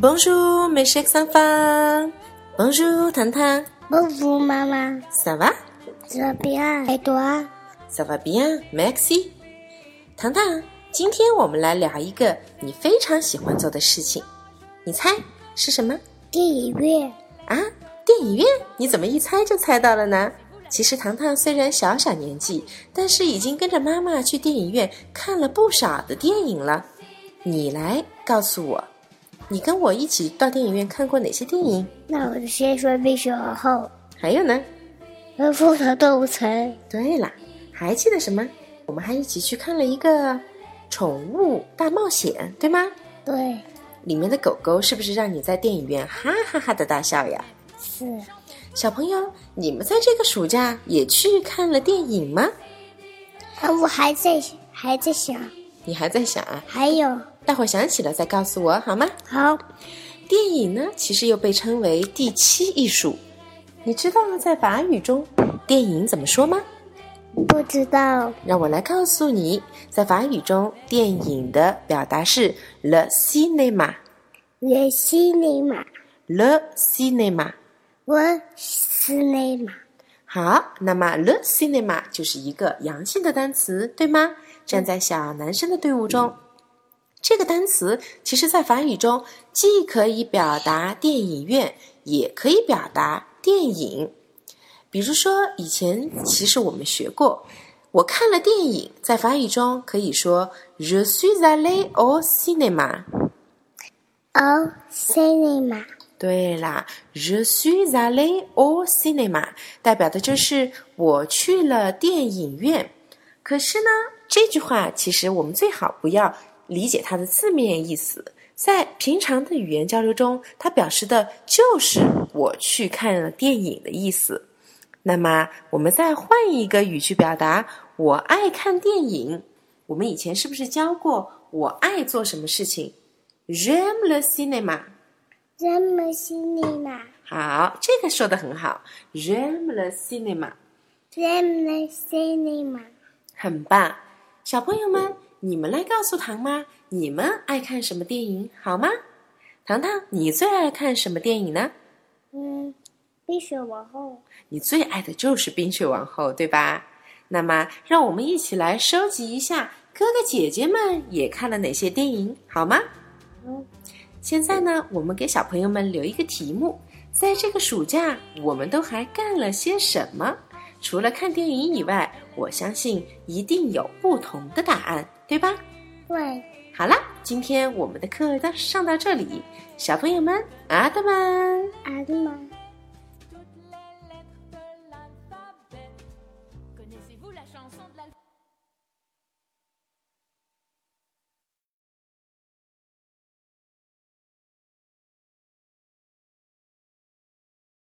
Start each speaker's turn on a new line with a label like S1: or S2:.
S1: Bonjour, mes chers enfants. Bonjour, 糖糖。
S2: Bonjour 妈妈
S1: Ça va?
S2: ，Ça bien et toi？
S1: Ça va bien, Maxi. 糖糖，今天我们来聊一个你非常喜欢做的事情，你猜是什么？
S2: 电影院
S1: 啊，电影院？你怎么一猜就猜到了呢？其实糖糖虽然小小年纪，但是已经跟着妈妈去电影院看了不少的电影了。你来告诉我，你跟我一起到电影院看过哪些电影？
S2: 那我就先说《冰雪皇后》
S1: 还有呢？
S2: 和《疯狂动物城》。
S1: 对啦，还记得什么？我们还一起去看了一个《宠物大冒险》，对吗？
S2: 对，
S1: 里面的狗狗是不是让你在电影院哈哈哈的大笑呀？
S2: 是
S1: 小朋友，你们在这个暑假也去看了电影吗？
S2: 啊，我还在还在想，
S1: 你还在想啊？
S2: 还有
S1: 待会儿想起了再告诉我好吗？
S2: 好，
S1: 电影呢，其实又被称为第七艺术。你知道在法语中电影怎么说吗？
S2: 不知道
S1: 让我来告诉你，在法语中电影的表达是 le cinéma，le
S2: 我心里嘛，
S1: cinéma。
S2: 我是内马，
S1: 好，那么 le cinema 就是一个阳性的单词，对吗？站在小男生的队伍中，这个单词其实在法语中既可以表达电影院，也可以表达电影。比如说，以前其实我们学过，我看了电影，在法语中可以说 je suis allé au cinéma。
S2: 哦，心里嘛，
S1: 对啦，Je suis allé au cinéma，代表的就是我去了电影院。可是呢，这句话其实我们最好不要理解它的字面意思。在平常的语言交流中，它表示的就是我去看了电影的意思。那么，我们再换一个语去表达“我爱看电影”。我们以前是不是教过“我爱做什么事情 ”？J'aime le cinéma。
S2: 这么心里嘛，
S1: 好，这个说的很好，j'aime le cinéma，
S2: 这么心里嘛，
S1: 很棒。小朋友们，你们来告诉糖妈，你们爱看什么电影好吗？糖糖，你最爱看什么电影呢？
S2: 嗯，冰雪皇后，
S1: 你最爱的就是《冰雪王后》，对吧？那么，让我们一起来收集一下哥哥姐姐们也看了哪些电影，好吗？
S2: 嗯，
S1: 现在呢，我们给小朋友们留一个题目，在这个暑假，我们都还干了些什么？除了看电影以外，我相信一定有不同的答案，对吧？
S2: 对，
S1: 好啦，今天我们的课到上到这里，小朋友们，阿德们。
S2: 阿玛。